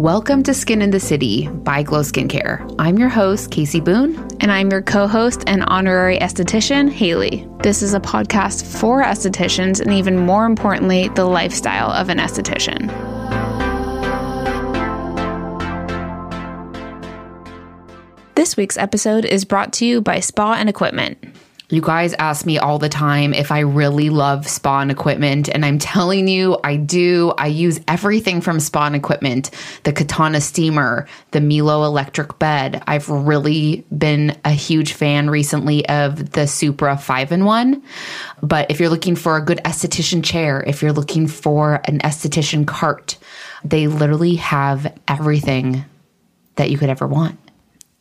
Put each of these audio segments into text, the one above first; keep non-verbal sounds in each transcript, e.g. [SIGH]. Welcome to Skin in the City by Glow Skincare. I'm your host, Casey Boone. And I'm your co host and honorary esthetician, Haley. This is a podcast for estheticians and, even more importantly, the lifestyle of an esthetician. This week's episode is brought to you by Spa and Equipment. You guys ask me all the time if I really love Spawn equipment, and I'm telling you, I do. I use everything from Spawn equipment the Katana steamer, the Milo electric bed. I've really been a huge fan recently of the Supra 5 in 1. But if you're looking for a good esthetician chair, if you're looking for an esthetician cart, they literally have everything that you could ever want.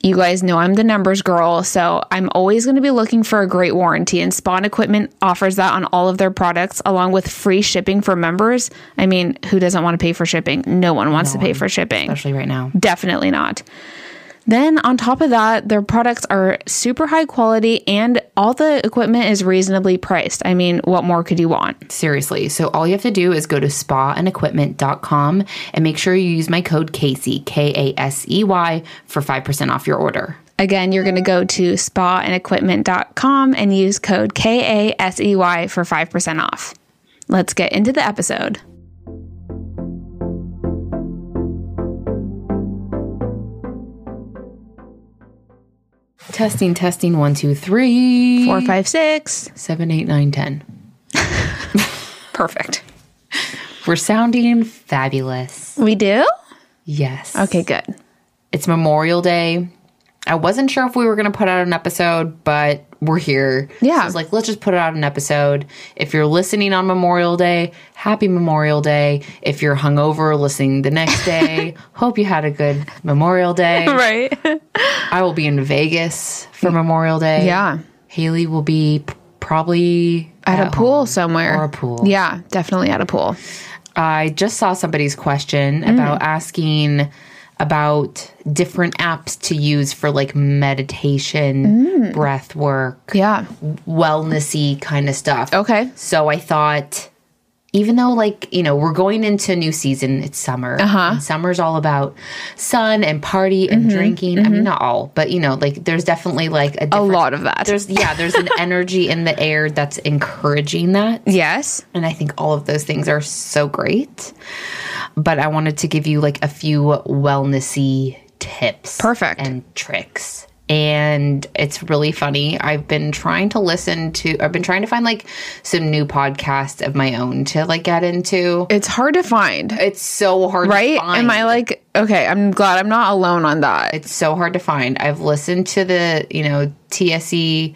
You guys know I'm the numbers girl, so I'm always going to be looking for a great warranty, and Spawn Equipment offers that on all of their products, along with free shipping for members. I mean, who doesn't want to pay for shipping? No one wants to pay for shipping. Especially right now. Definitely not. Then, on top of that, their products are super high quality and all the equipment is reasonably priced. I mean, what more could you want? Seriously. So all you have to do is go to spaanequipment.com and make sure you use my code Casey, K A S E Y, for 5% off your order. Again, you're going to go to spaanequipment.com and use code K A S E Y for 5% off. Let's get into the episode. Testing, testing, one, two, three, Four, five, six. seven, eight, nine, ten. Perfect. We're sounding fabulous. We do? Yes. Okay, good. It's Memorial Day. I wasn't sure if we were going to put out an episode, but we're here. Yeah. So I was like, let's just put out an episode. If you're listening on Memorial Day, happy Memorial Day. If you're hungover listening the next [LAUGHS] day, hope you had a good Memorial Day. Right. [LAUGHS] I will be in Vegas for Memorial Day. Yeah. Haley will be p- probably At, a pool somewhere. Or a pool. Yeah, definitely at a pool. I just saw somebody's question about asking about different apps to use for like meditation, breath work, Yeah. wellnessy kind of stuff. Okay. So I thought even though like, you know, we're going into a new season, it's summer. Uh-huh. Summer's all about sun and party and drinking. I mean not all, but you know, like there's definitely like a A different, lot of that. there's yeah, there's an energy in the air that's encouraging that. yes. And I think all of those things are so great. But I wanted to give you like a few wellnessy tips. Perfect. And tricks. And it's really funny. I've been trying to listen to I've been trying to find like some new podcasts of my own to like get into. It's hard to find. It's so hard Right? to find. Am I like okay, I'm glad I'm not alone on that. it's so hard to find. I've listened to the, you know, TSE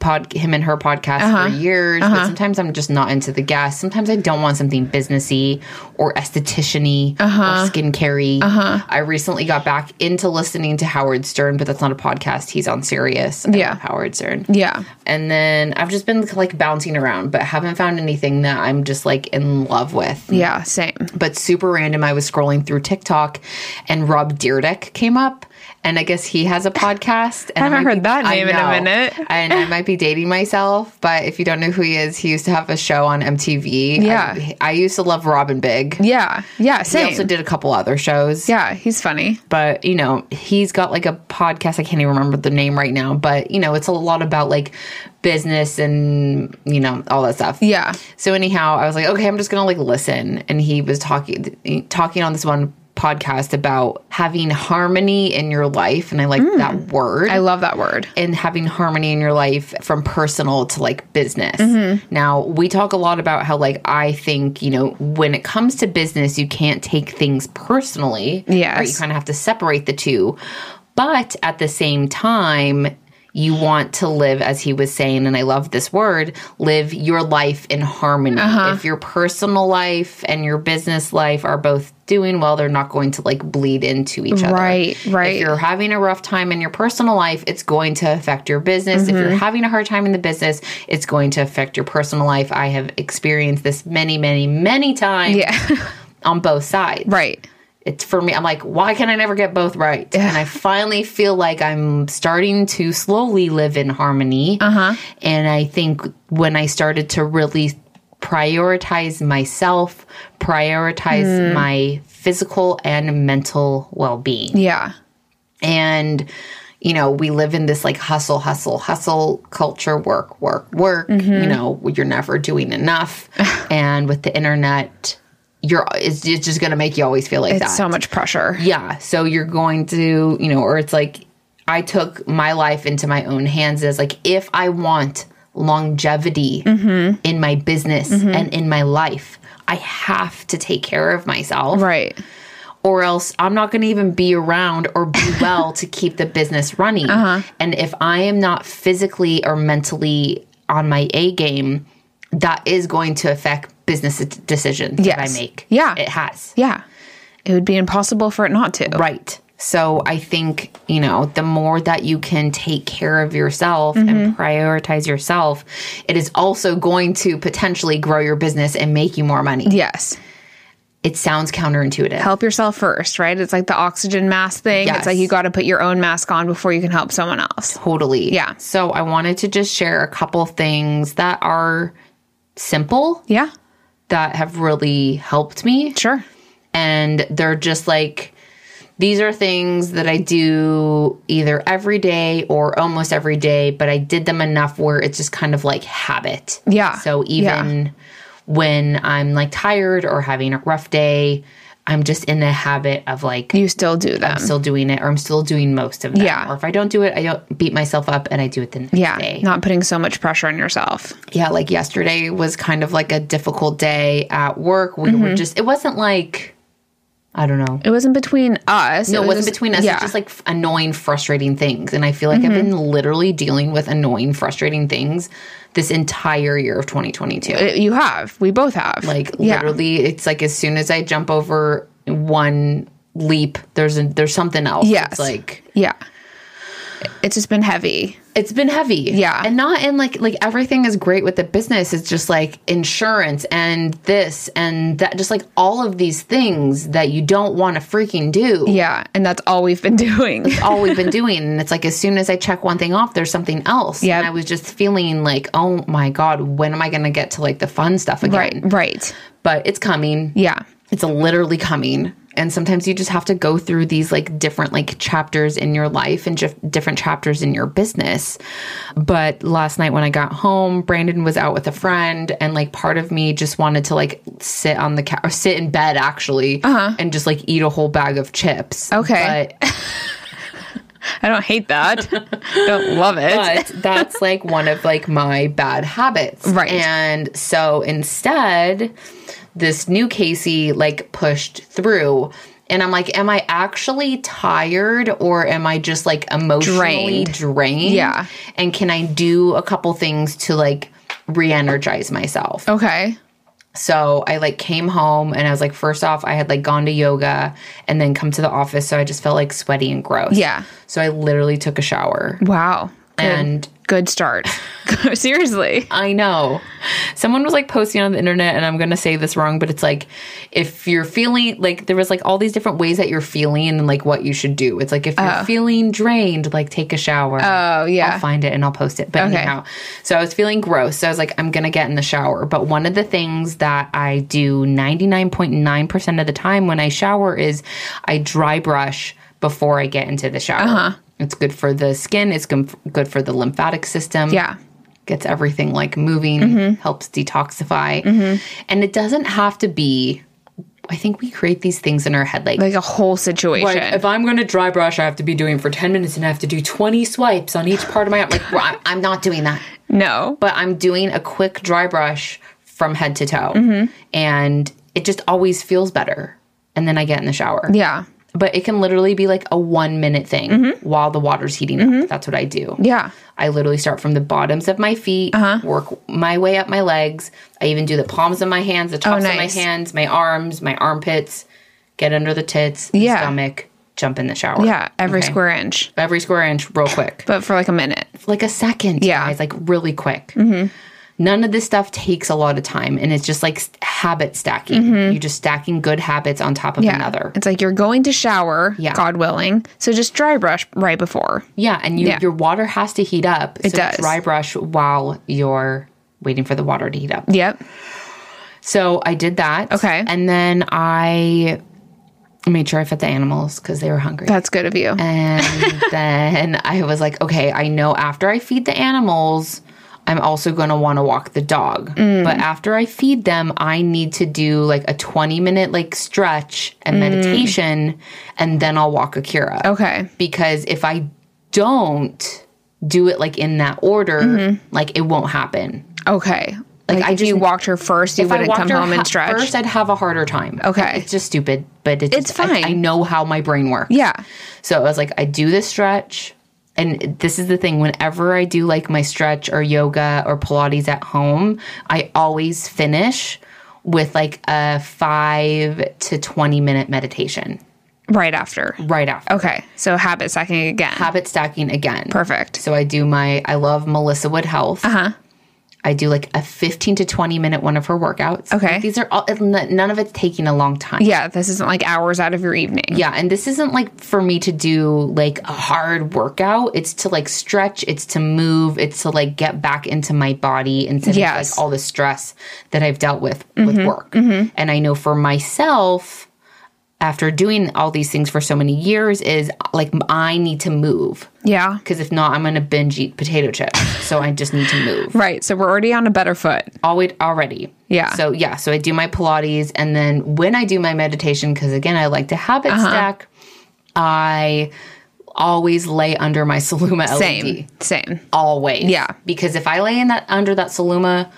pod him and her podcast Uh-huh. for years, but sometimes I'm just not into the guests. Sometimes I don't want something businessy or esthetician-y Uh-huh. or skincare-y. I recently got back into listening to Howard Stern, but that's not a podcast. He's on Sirius. I Yeah. love Howard Stern. Yeah. And then I've just been like bouncing around, but haven't found anything that I'm just like in love with Yeah, same. but super random. I was scrolling through TikTok and Rob Deerdeck came up. And I guess he has a podcast. [LAUGHS] And I Haven't might heard that name in a minute. and I might be dating myself, but if you don't know who he is, he used to have a show on MTV. Yeah. I, I used to love Robin Big. Yeah. Yeah, He same. also did a couple other shows. yeah, he's funny. But, you know, he's got like a podcast. I can't even remember the name right now, but, you know, it's a lot about like business and, you know, all that stuff. Yeah. So anyhow, I was like, okay, I'm just gonna like listen. And he was talking talking on this one podcast about having harmony in your life, and I like that word. I love that word. and having harmony in your life from personal to like business. Now, we talk a lot about how, like, I think, you know, when it comes to business, you can't take things personally. Yes. Right? You kind of have to separate the two. But at the same time, you want to live, as he was saying, and I love this word live your life in harmony. If your personal life and your business life are both doing well, they're not going to like bleed into each other. Right, right. If you're having a rough time in your personal life, it's going to affect your business. If Mm-hmm. you're having a hard time in the business, it's going to affect your personal life. I have experienced this many, many, many times Yeah. [LAUGHS] on both sides. right. It's for me, I'm like, why can I never get both right? And I finally feel like I'm starting to slowly live in harmony. Uh-huh. And I think when I started to really prioritize myself, prioritize Hmm. my physical and mental well being. Yeah. And, you know, we live in this like hustle, hustle, hustle culture, work, work, work. You know, you're never doing enough. and with the internet, you're it's, it's just going to make you always feel like It's that. so much pressure. Yeah. So you're going to, you know, or it's like I took my life into my own hands as like if I want longevity in my business and in my life, I have to take care of myself Right. or else I'm not going to even be around or be [LAUGHS] well to keep the business running. Uh-huh. And if I am not physically or mentally on my A game, that is going to affect business d- decisions that I Yes. make. Yeah. It has. Yeah. It would be impossible for it not to. Right. So I think, you know, the more that you can take care of yourself and Mm-hmm. prioritize yourself, it is also going to potentially grow your business and make you more money. Yes. It sounds counterintuitive. Help yourself first, right? It's like the oxygen mask thing. Yes. It's like you got to put your own mask on before you can help someone else. Totally. Yeah. So I wanted to just share a couple things that are simple Yeah. that have really helped me. Sure. And they're just like, these are things that I do either every day or almost every day, but I did them enough where it's just kind of like habit. Yeah. So even when I'm like tired or having a rough day, I'm just in the habit of like You still do them. still doing it or I'm still doing most of them. Yeah. Or if I don't do it, I don't beat myself up and I do it the next yeah. day. Not putting so much pressure on yourself. yeah, like yesterday was kind of like a difficult day at work. We were just it wasn't like I don't know. It wasn't between us. No, it wasn't between us. Yeah. It's just like f- annoying, frustrating things. And I feel like I've been literally dealing with annoying, frustrating things this entire year of 2022. Uh, you have. We both have. Like yeah. literally, it's like as soon as I jump over one leap, there's a, there's something else. Yes. It's like Yeah. It's just been heavy. it's been heavy. Yeah. And not in like like everything is great with the business. It's just like insurance and this and that just like all of these things that you don't want to freaking do. Yeah. And that's all we've been [LAUGHS] doing. All we've [LAUGHS] been doing. And it's like as soon as I check one thing off, there's something else. Yep. And I was just feeling like, oh my God, when am I gonna get to like the fun stuff again? right. Right. But it's coming. Yeah. It's literally coming. And sometimes you just have to go through these like different like chapters in your life and just different chapters in your business. But last night when I got home, Brandon was out with a friend and like part of me just wanted to like sit on the couch or sit in bed actually and just like eat a whole bag of chips. Okay. But I don't [LAUGHS] hate that. don't love it. but that's like one of like my bad habits Right. and so instead this new casey like pushed through and i'm like am i actually tired or am i just like emotionally drained, Drained. Yeah. and can i do a couple things to like re-energize myself okay. so I like came home and I was like, first off, I had like gone to yoga and then come to the office. So I just felt like sweaty and gross. Yeah. So I literally took a shower. Wow. Good. And- [LAUGHS] good start. Seriously. I know. Someone was like posting on the internet, and I'm going to say this wrong, but it's like if you're feeling like there was like all these different ways that you're feeling and like what you should do. It's like if you're feeling drained, like take a shower. Oh I'll yeah. find it and I'll post it. But Okay. anyhow, so I was feeling gross. So I was like, I'm going to get in the shower. But one of the things that I do 99.9% of the time when I shower is I dry brush before I get into the shower. Uh-huh. It's good for the skin, it's gum- good for the lymphatic system Yeah. gets everything like moving, helps detoxify. And it doesn't have to be, I think we create these things in our head like, Like a whole situation. like, if I'm going to dry brush, I have to be doing for 10 minutes and I have to do 20 swipes on each part of my arm. Like, well, I- I'm not doing that, no. but I'm doing a quick dry brush from head to toe. And it just always feels better. And then I get in the shower Yeah. but it can literally be like a one minute thing while the water's heating up. That's what I do. Yeah. I literally start from the bottoms of my feet, work my way up my legs. I even do the palms of my hands, the tops of my nice. hands, my arms, my armpits, get under the tits, the Yeah. stomach, jump in the shower. Yeah. Every Okay. square inch. Every square inch, real quick. But for like a minute. [SIGHS] like a second, Yeah. guys, like really quick. None of this stuff takes a lot of time, and it's just like s- habit stacking. You're just stacking good habits on top of Yeah. another. It's like you're going to shower, Yeah. God willing. So just dry brush right before. Yeah, and you, Yeah. your water has to heat up. It does. Dry brush while you're waiting for the water to heat up. Yep. So I did that. Okay. And then I made sure I fed the animals because they were hungry. That's good of you. And then I was like, okay, I know after I feed the animals, I'm also going to want to walk the dog. But after I feed them, I need to do like a 20 minute like stretch and meditation, and then I'll walk Akira. Okay. Because if I don't do it like in that order, like it won't happen. Okay. Like, I if you walked her first, you If I wouldn't walked come her home ha- and stretch. First, I'd have a harder time. Okay. It's just stupid, but it's, It's just- I- fine. I, know how my brain works. yeah. So I was like, I do this stretch. And this is the thing whenever I do like my stretch or yoga or Pilates at home, I always finish with like a five to 20 minute meditation Right after. right after. Okay. So habit stacking again. Habit stacking again. Perfect. So I do my, I love Melissa Wood Health. Uh huh. Uh-huh. I do like a 15 to 20 minute one of her workouts. Okay. Like, these are all, none of it's taking a long time. Yeah. This isn't like hours out of your evening. Yeah, and this isn't like for me to do like a hard workout. It's to like stretch, it's to move, it's to like get back into my body instead of Yes. Mm-hmm. like all the stress that I've dealt with with work. And I know for myself after doing all these things for so many years is like I need to move Yeah. because if not I'm going to binge eat potato chips. so I just need to move Right. So we're already on a better foot. always already. Yeah. So yeah, so I do my Pilates and then when I do my meditation, because again I like to habit Uh-huh. stack, I always lay under my Saluma Same. LED. Same. Always. Yeah. Because if I lay in that under that Saluma,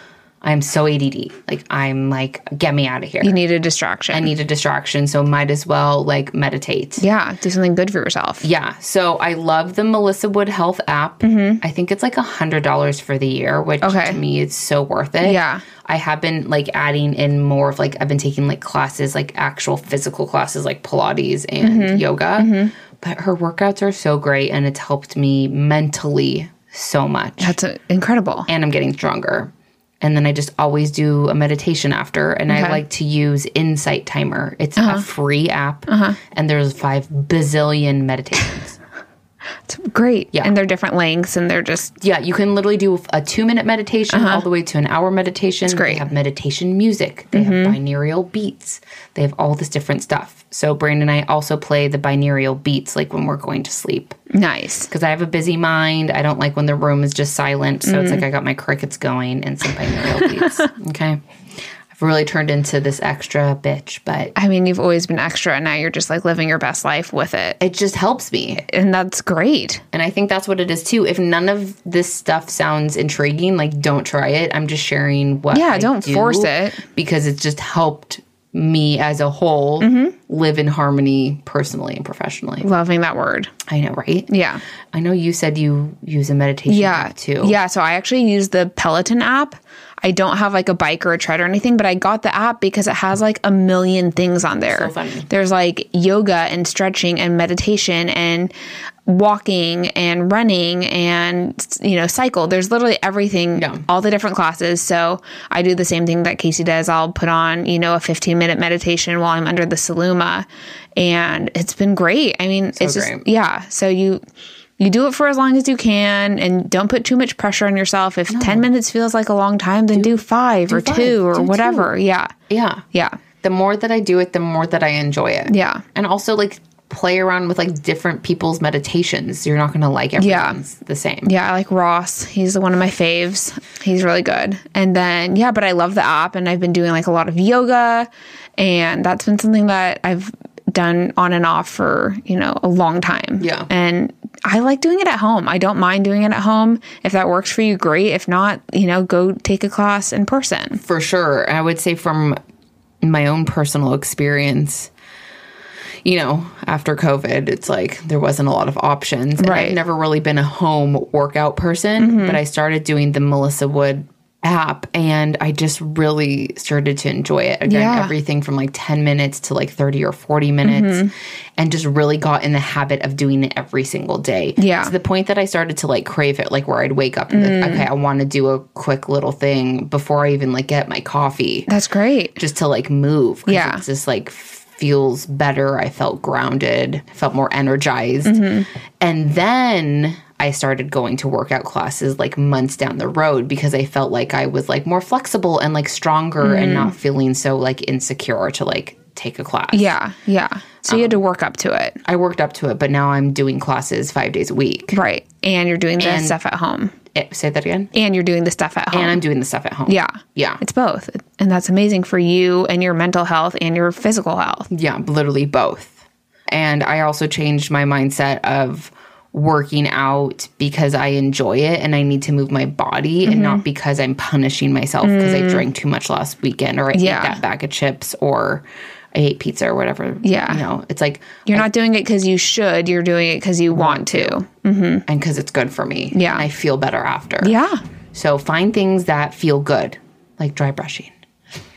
I'm so ADD. Like I'm like, get me out of here. You need a distraction. I need a distraction, so might as well like meditate. yeah. Do something good for yourself. Yeah, so I love the Melissa Wood Health app. I think it's like a hundred dollars for the year, which Mm-hmm. Okay. to me is so worth it. Yeah. I have been like adding in more of like I've been taking like classes, like actual physical classes, like Pilates and Mm-hmm. yoga. But her workouts are so great, and it's helped me mentally so much. That's uh, incredible. And I'm getting stronger. And then I just always do a meditation after, and I Okay. Uh-huh. like to use Insight Timer. It's a free app, and there's five bazillion meditations. It's great. Yeah. And they're different lengths and they're just, Yeah, you can literally do a two minute meditation all the way to an hour meditation. It's Uh-huh. great. Mm-hmm. They have meditation music, they have binaural beats, they have all this different stuff. So, Brandon and I also play the binaural beats like when we're going to sleep nice. because I have a busy mind. I don't like when the room is just silent. So, Mm. it's like I got my crickets going and some binaural [LAUGHS] beats. Okay. I've really turned into this extra bitch, but I mean, you've always been extra and now you're just like living your best life with it. it just helps me. And that's great. And I think that's what it is too. If none of this stuff sounds intriguing, like don't try it. I'm just sharing what. Yeah, I don't do force it. because it's just helped me as a whole Mm-hmm. live in harmony personally and professionally. Loving that word. I know, right? Yeah. I know you said you use a meditation Yeah. app too. Yeah. So I actually use the Peloton app. I don't have like a bike or a tread or anything, but I got the app because it has like a million things on there. So funny. There's like yoga and stretching and meditation and walking and running and you know cycle there's literally everything Yeah. all the different classes so i do the same thing that casey does i'll put on you know a 15 minute meditation while i'm under the saluma and it's been great i mean it's just great. yeah so you you do it for as long as you can and don't put too much pressure on yourself if 10 minutes feels like a long time then do, five or five. two or Do two. whatever yeah Yeah. yeah The more that I do it, the more that I enjoy it. Yeah. And also like play around with like different people's meditations. You're not going to like everyone's the same. yeah i like ross he's the one of my faves he's really good and then yeah but i love the app and i've been doing like a lot of yoga and that's been something that i've done on and off for you know a long time Yeah. and i like doing it at home i don't mind doing it at home if that works for you great if not you know go take a class in person for sure. I would say from my own personal experience, you know, after COVID, it's like there wasn't a lot of options. And Right. Mm-hmm. I've never really been a home workout person, but I started doing the Melissa Wood app and I just really started to enjoy it. Again, Yeah. everything from like 10 minutes to like 30 or 40 minutes Mm-hmm. and just really got in the habit of doing it every single day. Yeah. To the point that I started to like crave it, like where I'd wake up and be Mm. like, okay, I want to do a quick little thing before I even like get my coffee that's great just to like move. 'cause Yeah. It just like Mm-hmm. feels better. I felt grounded, I felt more energized. And then I started going to workout classes like months down the road because I felt like I was like more flexible and like stronger and not feeling so like insecure to like take a class. Mm. Yeah. Yeah. So you had to work up to it. I worked up to it, but now I'm doing classes five days a week. Right. And you're doing the stuff at home. Eh, Say that again. And you're doing the stuff at home. And I'm doing the stuff at home. yeah. Yeah. It's both. And that's amazing for you and your mental health and your physical health. Yeah, literally both. And I also changed my mindset of working out because I enjoy it and I need to move my body and Mm-hmm. not because I'm punishing myself because I drank too much last weekend or I Mm. Yeah. ate that bag of chips or I ate pizza or whatever. Yeah. You know, it's like, You're not doing it because you should. You're doing it because you want to. and because it's good for me. Mm. Yeah. And I feel better after. Yeah. So find things that feel good, like dry brushing.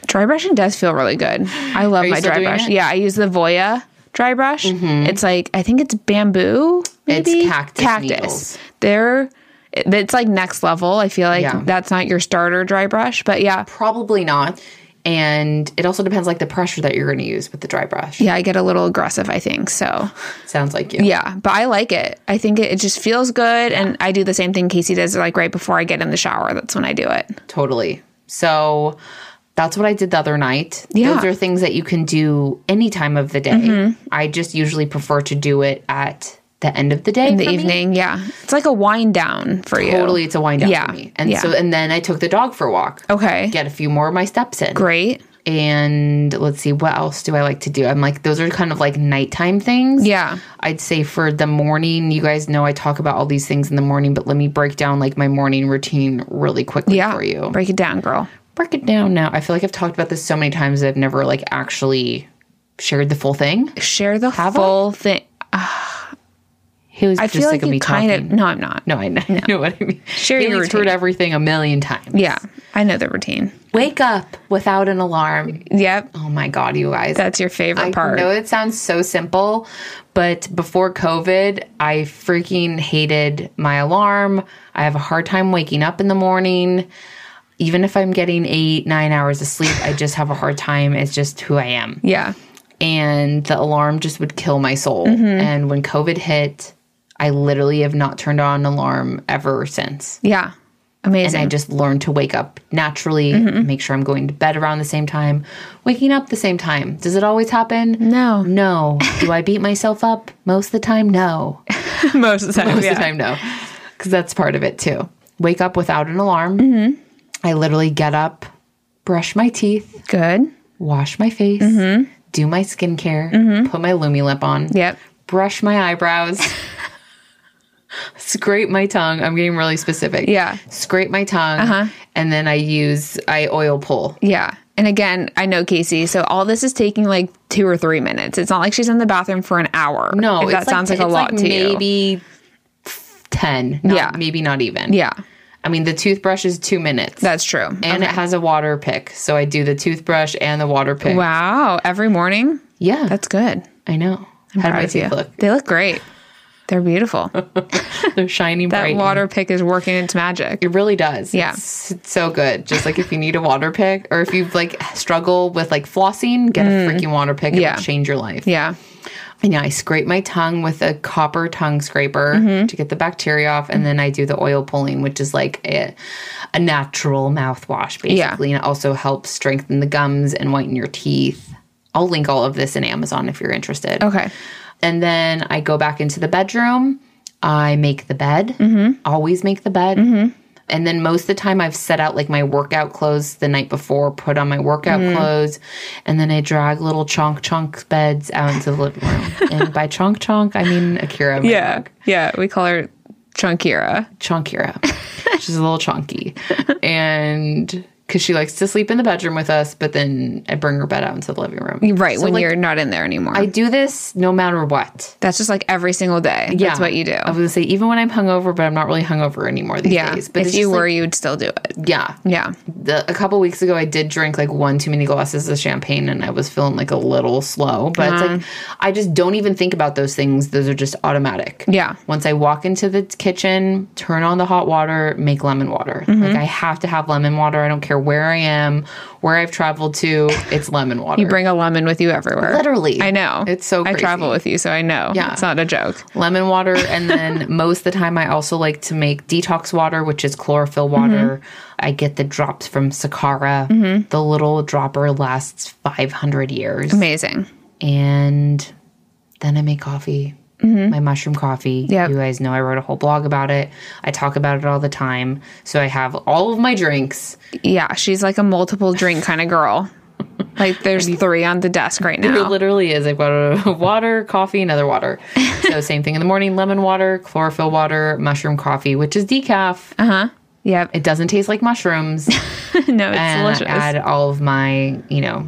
Dry brushing does feel really good. I love you my still dry doing brush. it? Mm-hmm. Yeah, I use the Voya dry brush. It's like I think it's bamboo. It's Maybe? cactus needles. They're it- it's like next level. I feel like Yeah. that's not your starter dry brush, but yeah, Probably not. And it also depends like the pressure that you're going to use with the dry brush. yeah, I get a little aggressive. I think so. Sounds like you. Yeah, but I like it. I think it, it just feels good, and I do the same thing Casey does. Like right before I get in the shower, that's when I do it. Totally. So that's what I did the other night. Yeah. Mm-hmm. Those are things that you can do any time of the day. I just usually prefer to do it at the end of the day. In the evening, yeah, it's like a wind down for you. Totally it's a wind down Yeah. for me. And Yeah. so and then I took the dog for a walk. Okay. Get a few more of my steps in. Great. And let's see, what else do I like to do? I'm like, those are kind of like nighttime things. Yeah. I'd say for the morning, you guys know I talk about all these things in the morning, but let me break down like my morning routine really quickly Yeah. for you. Break it down, girl. break it down now. I feel like I've talked about this so many times that I've never like actually shared the full thing. share the full thing. He was I just feel like like of me you talking. kind of. No, I'm not. no, I know, [LAUGHS] you know what I mean. Share your Haley's heard routine. everything a million times. Yeah, I know the routine. Wake up without an alarm. Yep, Oh my god, you guys. that's your favorite I part. know it sounds so simple, but before COVID, I freaking hated my alarm. I have a hard time waking up in the morning. Even if I'm getting eight, nine hours of sleep, I just have a hard time. It's just who I am. Yeah, and the alarm just would kill my soul. Mm-hmm. And when COVID hit, I literally have not turned on an alarm ever since. yeah, And I amazing. just learned to wake up naturally, Mm-hmm. make sure I'm going to bed around the same time, waking up the same time. Does it always happen? No. No. Do I beat myself up? Most of the time, no. [LAUGHS] most of the [LAUGHS] time, Most yeah. of the time, no. Because that's part of it too. Wake up without an alarm. Mm-hmm. I literally get up, brush my teeth, Good. wash my face, Mm-hmm. do my skincare, put my Lumi lip on, Yep. brush my [LAUGHS] eyebrows, scrape my tongue. I'm getting really specific. Yeah. Uh-huh. Scrape my tongue. And then I use, I oil pull. Yeah. And again, I know Casey. So all this is taking like two or three minutes. It's not like she's in the bathroom for an hour. No, if that it's sounds like, a it's lot to maybe you. 10. Not, Yeah. Maybe not even. Yeah, I mean, the toothbrush is two minutes. that's true. and it has a water pick. So I do the toothbrush and the water pick. wow, every morning. Yeah. That's good. I know. How do Proud my of you. teeth look? They look great. They're [LAUGHS] beautiful. They're shiny [LAUGHS] That bright. and water pick is working its magic. It really does. Yeah. It's, it's so good. Just like if you need a water pick or if you like struggle with like flossing, get a freaking water pick. It Mm. Yeah. will change your life. Yeah. And yeah, I scrape my tongue with a copper tongue scraper Mm-hmm. to get the bacteria off. And then I do the oil pulling, which is like a, a natural mouthwash, basically. And it also helps strengthen the gums and whiten your teeth. I'll link all of this in Amazon if you're interested. Okay. And then I go back into the bedroom. I make the bed. Always make the bed. And then most of the time, I've set out like my workout clothes the night before, put on my workout clothes, and then I drag little chonk chonk beds out into the living room. and by chonk chonk, I mean Akira. my Yeah. Yeah. We call her Chunkira. Chonkira. She's a little chonky. And because she likes to sleep in the bedroom with us, but then I bring her bed out into the living room. Right. So, when like, you're not in there anymore. I do this no matter what. That's just like every single day. That's what you do. I was gonna say even when I'm hungover, but I'm not really hungover anymore these Yeah. days. But if it's you just, like, were, you'd still do it. yeah, Yeah. the, a couple weeks ago I did drink like one too many glasses of champagne, and I was feeling like a little slow. But it's like Uh-huh. I just don't even think about those things; those are just automatic. Yeah. Once I walk Mm-hmm. into the kitchen, turn on the hot water, make lemon water. Like I have to have lemon water. I don't care matter where I am, where I've traveled to, it's lemon water. You bring a lemon with you everywhere. Literally. I know. It's so I crazy. travel with you, so I know. Yeah. It's not a joke. lemon water and then most of the time i also like to make detox water which is chlorophyll water i get the drops from sakara the little dropper lasts 500 years Amazing. and then i make coffee my mushroom coffee Yep. you guys know i wrote a whole blog about it i talk about it all the time so i have all of my drinks Yeah, she's like a multiple drink kind of girl. Like there's three on the desk right It now. literally is. I've got a [LAUGHS] water, coffee, another water. So same thing in the morning: lemon water, chlorophyll water, mushroom coffee, which is decaf. Yep. It doesn't taste like mushrooms. no, [LAUGHS] it's and delicious. I add all of my, you know,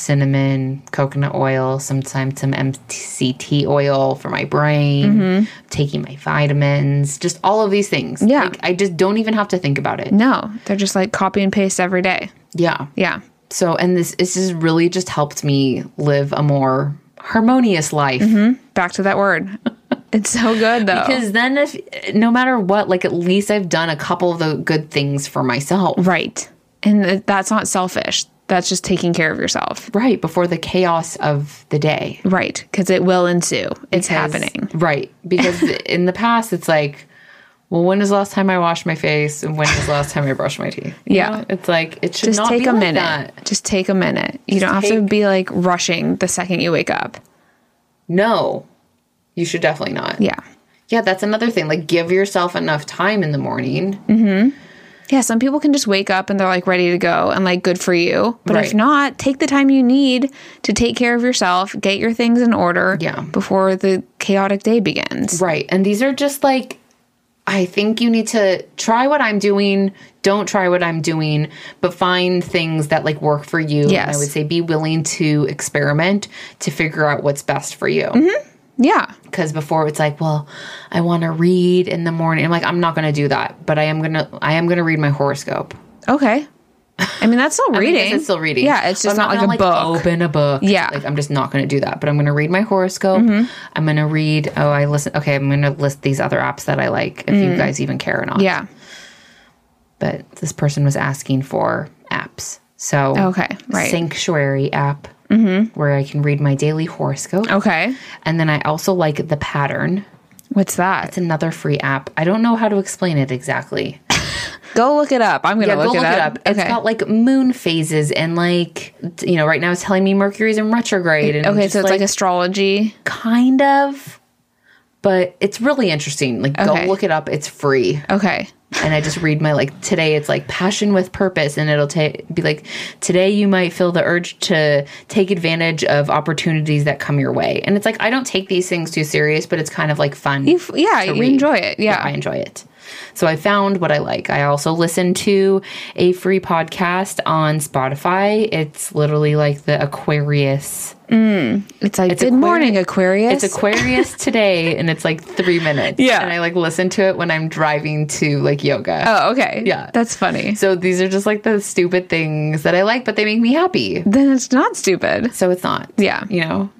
cinnamon, coconut oil, sometimes some MCT oil for my brain, taking my vitamins, just all of these things. Mm-hmm. Yeah. Like, I just don't even have to think about it. no, they're just like copy and paste every day. Yeah. Yeah. So, and this, this has really just helped me live a more harmonious life. Mm-hmm. Back to [LAUGHS] that word. It's so good though. Because then, if no matter what, like at least I've done a couple of the good things for myself. right. And th- that's not selfish. That's just taking care of yourself. Right before the chaos of the day. Right, cuz it will ensue. It's because- happening. Right. [LAUGHS] Because in the past, it's like, well, when was the last time I washed my face? And when was the last time I brushed my teeth? You Yeah. know? It's like, it should Just not take be a like minute. that. Just take a minute. You don't have to take- be like rushing the second you wake up. No, you should definitely not. Yeah. Yeah, that's another thing. Like, give yourself enough time in the morning. Mm-hmm. Yeah, some people can just wake up and they're like ready to go and like good for you. But if Right. not, take the time you need to take care of yourself, get your things in order Yeah. before the chaotic day begins. Right. And these are just like, I think you need to try what I'm doing. Don't try what I'm doing, but find things that like work for you. And Yes. I would say be willing to experiment to figure out what's best for you. Yeah. because before it's like well i want to read in the morning i'm like i'm not going to do that but i am going to i am going to read my horoscope Okay. I mean, that's [LAUGHS] still I reading. guess it's still reading Yeah, it's But just I'm not, gonna, like a book. open a book Yeah. Mm-hmm. like i'm just not going to do that but i'm going to read my horoscope i'm going to read oh i listen okay i'm going to list these other apps that i like if you guys even care or not Mm. Yeah. but this person was asking for apps so Okay, right. Mm-hmm. sanctuary app where i can read my daily horoscope Okay. and then i also like the pattern What's that? It's another free app. I don't know how to explain it exactly. Go look it up. I'm going to Yeah, look, go it, up. It's got like moon phases and like t- you know, right now it's telling me Mercury's in retrograde and okay, just, so it's like, astrology. kind of but it's really interesting. Like Okay. go look it up. It's free. Okay. And I just read my like today it's like passion with purpose and it'll ta- be like today you might feel the urge to take advantage of opportunities that come your way. And it's like I don't take these things too serious, but it's kind of like fun. You f- yeah, you read. enjoy it. Yeah. I enjoy it. So I found what I like. I also listen to a free podcast on Spotify. It's literally like the Aquarius. It's like, good morning, Aquarius. It's [LAUGHS] Aquarius today, and it's like three minutes. Yeah. and I like listen to it when I'm driving to like yoga. oh, okay. Yeah. That's funny. So these are just like the stupid things that I like, but they make me happy. Then it's not stupid. So it's not. Yeah. you know.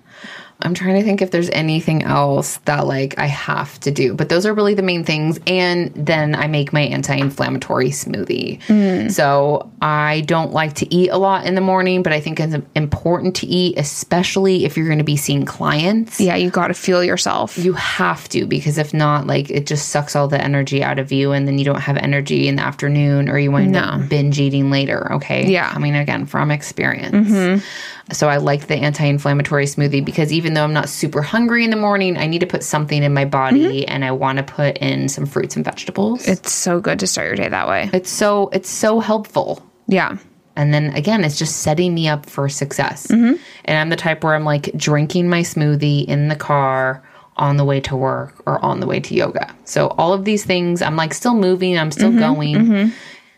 I'm trying to think if there's anything else that like I have to do, but those are really the main things. And then I make my anti-inflammatory smoothie. So I don't like to eat a lot in the morning, but I think it's important to eat, especially if you're going to be seeing clients. Yeah, you got to feel yourself. You have to because if not, like it just sucks all the energy out of you, and then you don't have energy in the afternoon, or you wind up binge eating later. Okay, Yeah. Mm-hmm. I mean, again, from experience. So I like the anti-inflammatory smoothie because even though I'm not super hungry in the morning, I need to put something in my body, and I want to put in some fruits and vegetables. Mm-hmm. It's so good to start your day that way. it's so it's so helpful. Yeah. And then again, it's just setting me up for success. Mm-hmm. And I'm the type where I'm like drinking my smoothie in the car on the way to work or on the way to yoga. So all of these things, I'm like still moving, I'm still Mm-hmm. going.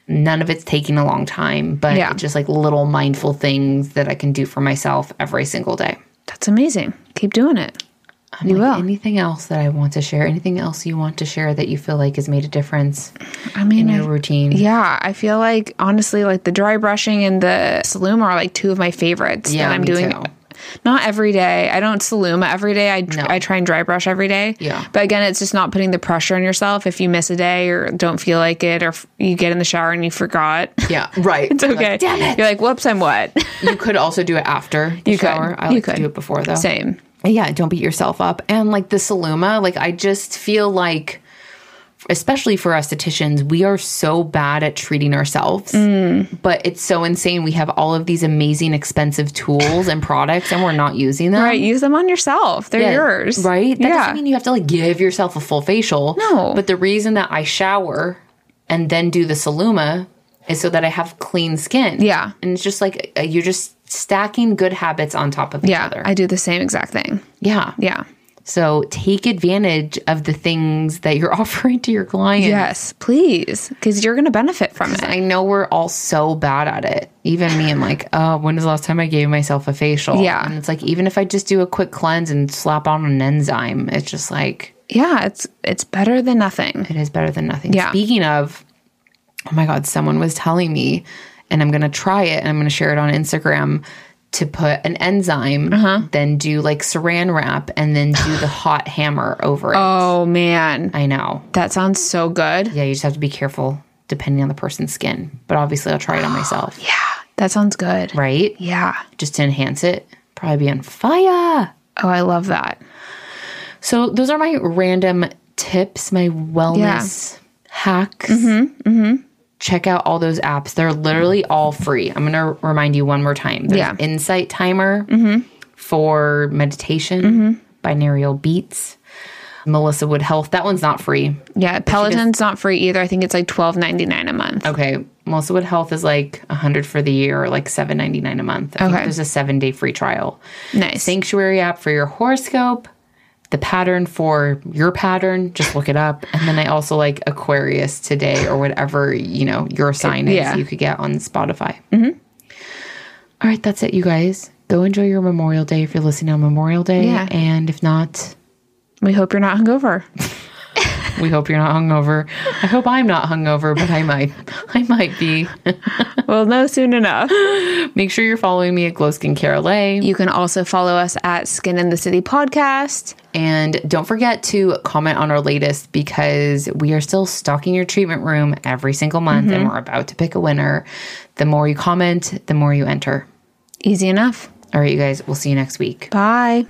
None of it's taking a long time, but Yeah. just like little mindful things that I can do for myself every single day. That's amazing. Keep doing it. I'm You like, will. Anything else that I want to share? Anything else you want to share that you feel like has made a difference I mean, in I- your routine? yeah, I feel like honestly, like the dry brushing and the saloon are like two of my favorites Yeah, that I'm me doing too. not every day. I don't saluma every day. I No. I try and dry brush every day. Yeah. But again, it's just not putting the pressure on yourself. If you miss a day or don't feel like it, or f- you get in the shower and you forgot, [LAUGHS] Yeah, right. it's okay. Damn it. You're like, whoops, I'm [LAUGHS] wet. you could also do it after the You could. shower. I like You to could. do it before though. Same. Yeah, don't beat yourself up. And like the Saluma, like I just feel like especially for estheticians, we are so bad at treating ourselves. Mm. But it's so insane. We have all of these amazing expensive tools and products and we're not using them. Right. Use them on yourself. They're Mm-hmm. Yeah, yours. Right? That yeah. doesn't mean you have to like give yourself a full facial. No. But the reason that I shower and then do the Saluma is so that I have clean skin. Yeah. And it's just like uh, you're just stacking good habits on top of each yeah. other. I do the same exact thing. yeah. Yeah. So take advantage of the things that you're [LAUGHS] offering to your clients. Yes, please, because you're going to benefit from it. I know we're all so bad at it. Even me, I'm like, oh, when was the last time I gave myself a facial? Yeah. And it's like, even if I just do a quick cleanse and slap on an enzyme, it's just like, Yeah, it's it's better than nothing. it is better than nothing. Yeah. Speaking of, oh my God, someone was telling me, and I'm going to try it and I'm going to share it on Instagram to put an enzyme, Uh-huh. then do like saran wrap, and then do [SIGHS] the hot hammer over it. Oh man, I know. that sounds so good. Yeah, you just have to be careful depending on the person's skin. But obviously, I'll try it on myself, Yeah, that sounds good. right? Yeah. Just to enhance it, probably be on fire. Oh, I love that. So, those are my random tips, my wellness hacks. Check out all those apps. They're literally all free. I'm going to remind you one more time. There's Yeah. Insight Timer for meditation, Binarial Beats, Melissa Wood Health. That one's not free. Yeah, Peloton's not free either. I think it's like twelve ninety nine a month. Okay. Melissa Wood Health is like 100 for the year, or like 7.99 a month. I think Okay. there's a 7-day free trial. Nice. Sanctuary app for your horoscope, the pattern for your pattern, just look it up. And then I also like Aquarius today or whatever, you know, your sign is Yeah. you could get on Spotify. Mm-hmm. right, that's it you guys. Go enjoy your Memorial Day if you're listening on Memorial Day Yeah. and if not, we hope you're not [LAUGHS] hungover. we hope you're not hungover. I hope I'm not hungover, but I might [LAUGHS] I might be. we'll know soon enough. Make sure you're following me at Glow Skin Care LA. You can also follow us at Skin in the City Podcast. And don't forget to comment on our latest because we are still stocking your treatment room every single month and we're about to pick a winner. The more you comment, the more you enter. Easy enough. All right, you guys, we'll see you next week. Bye.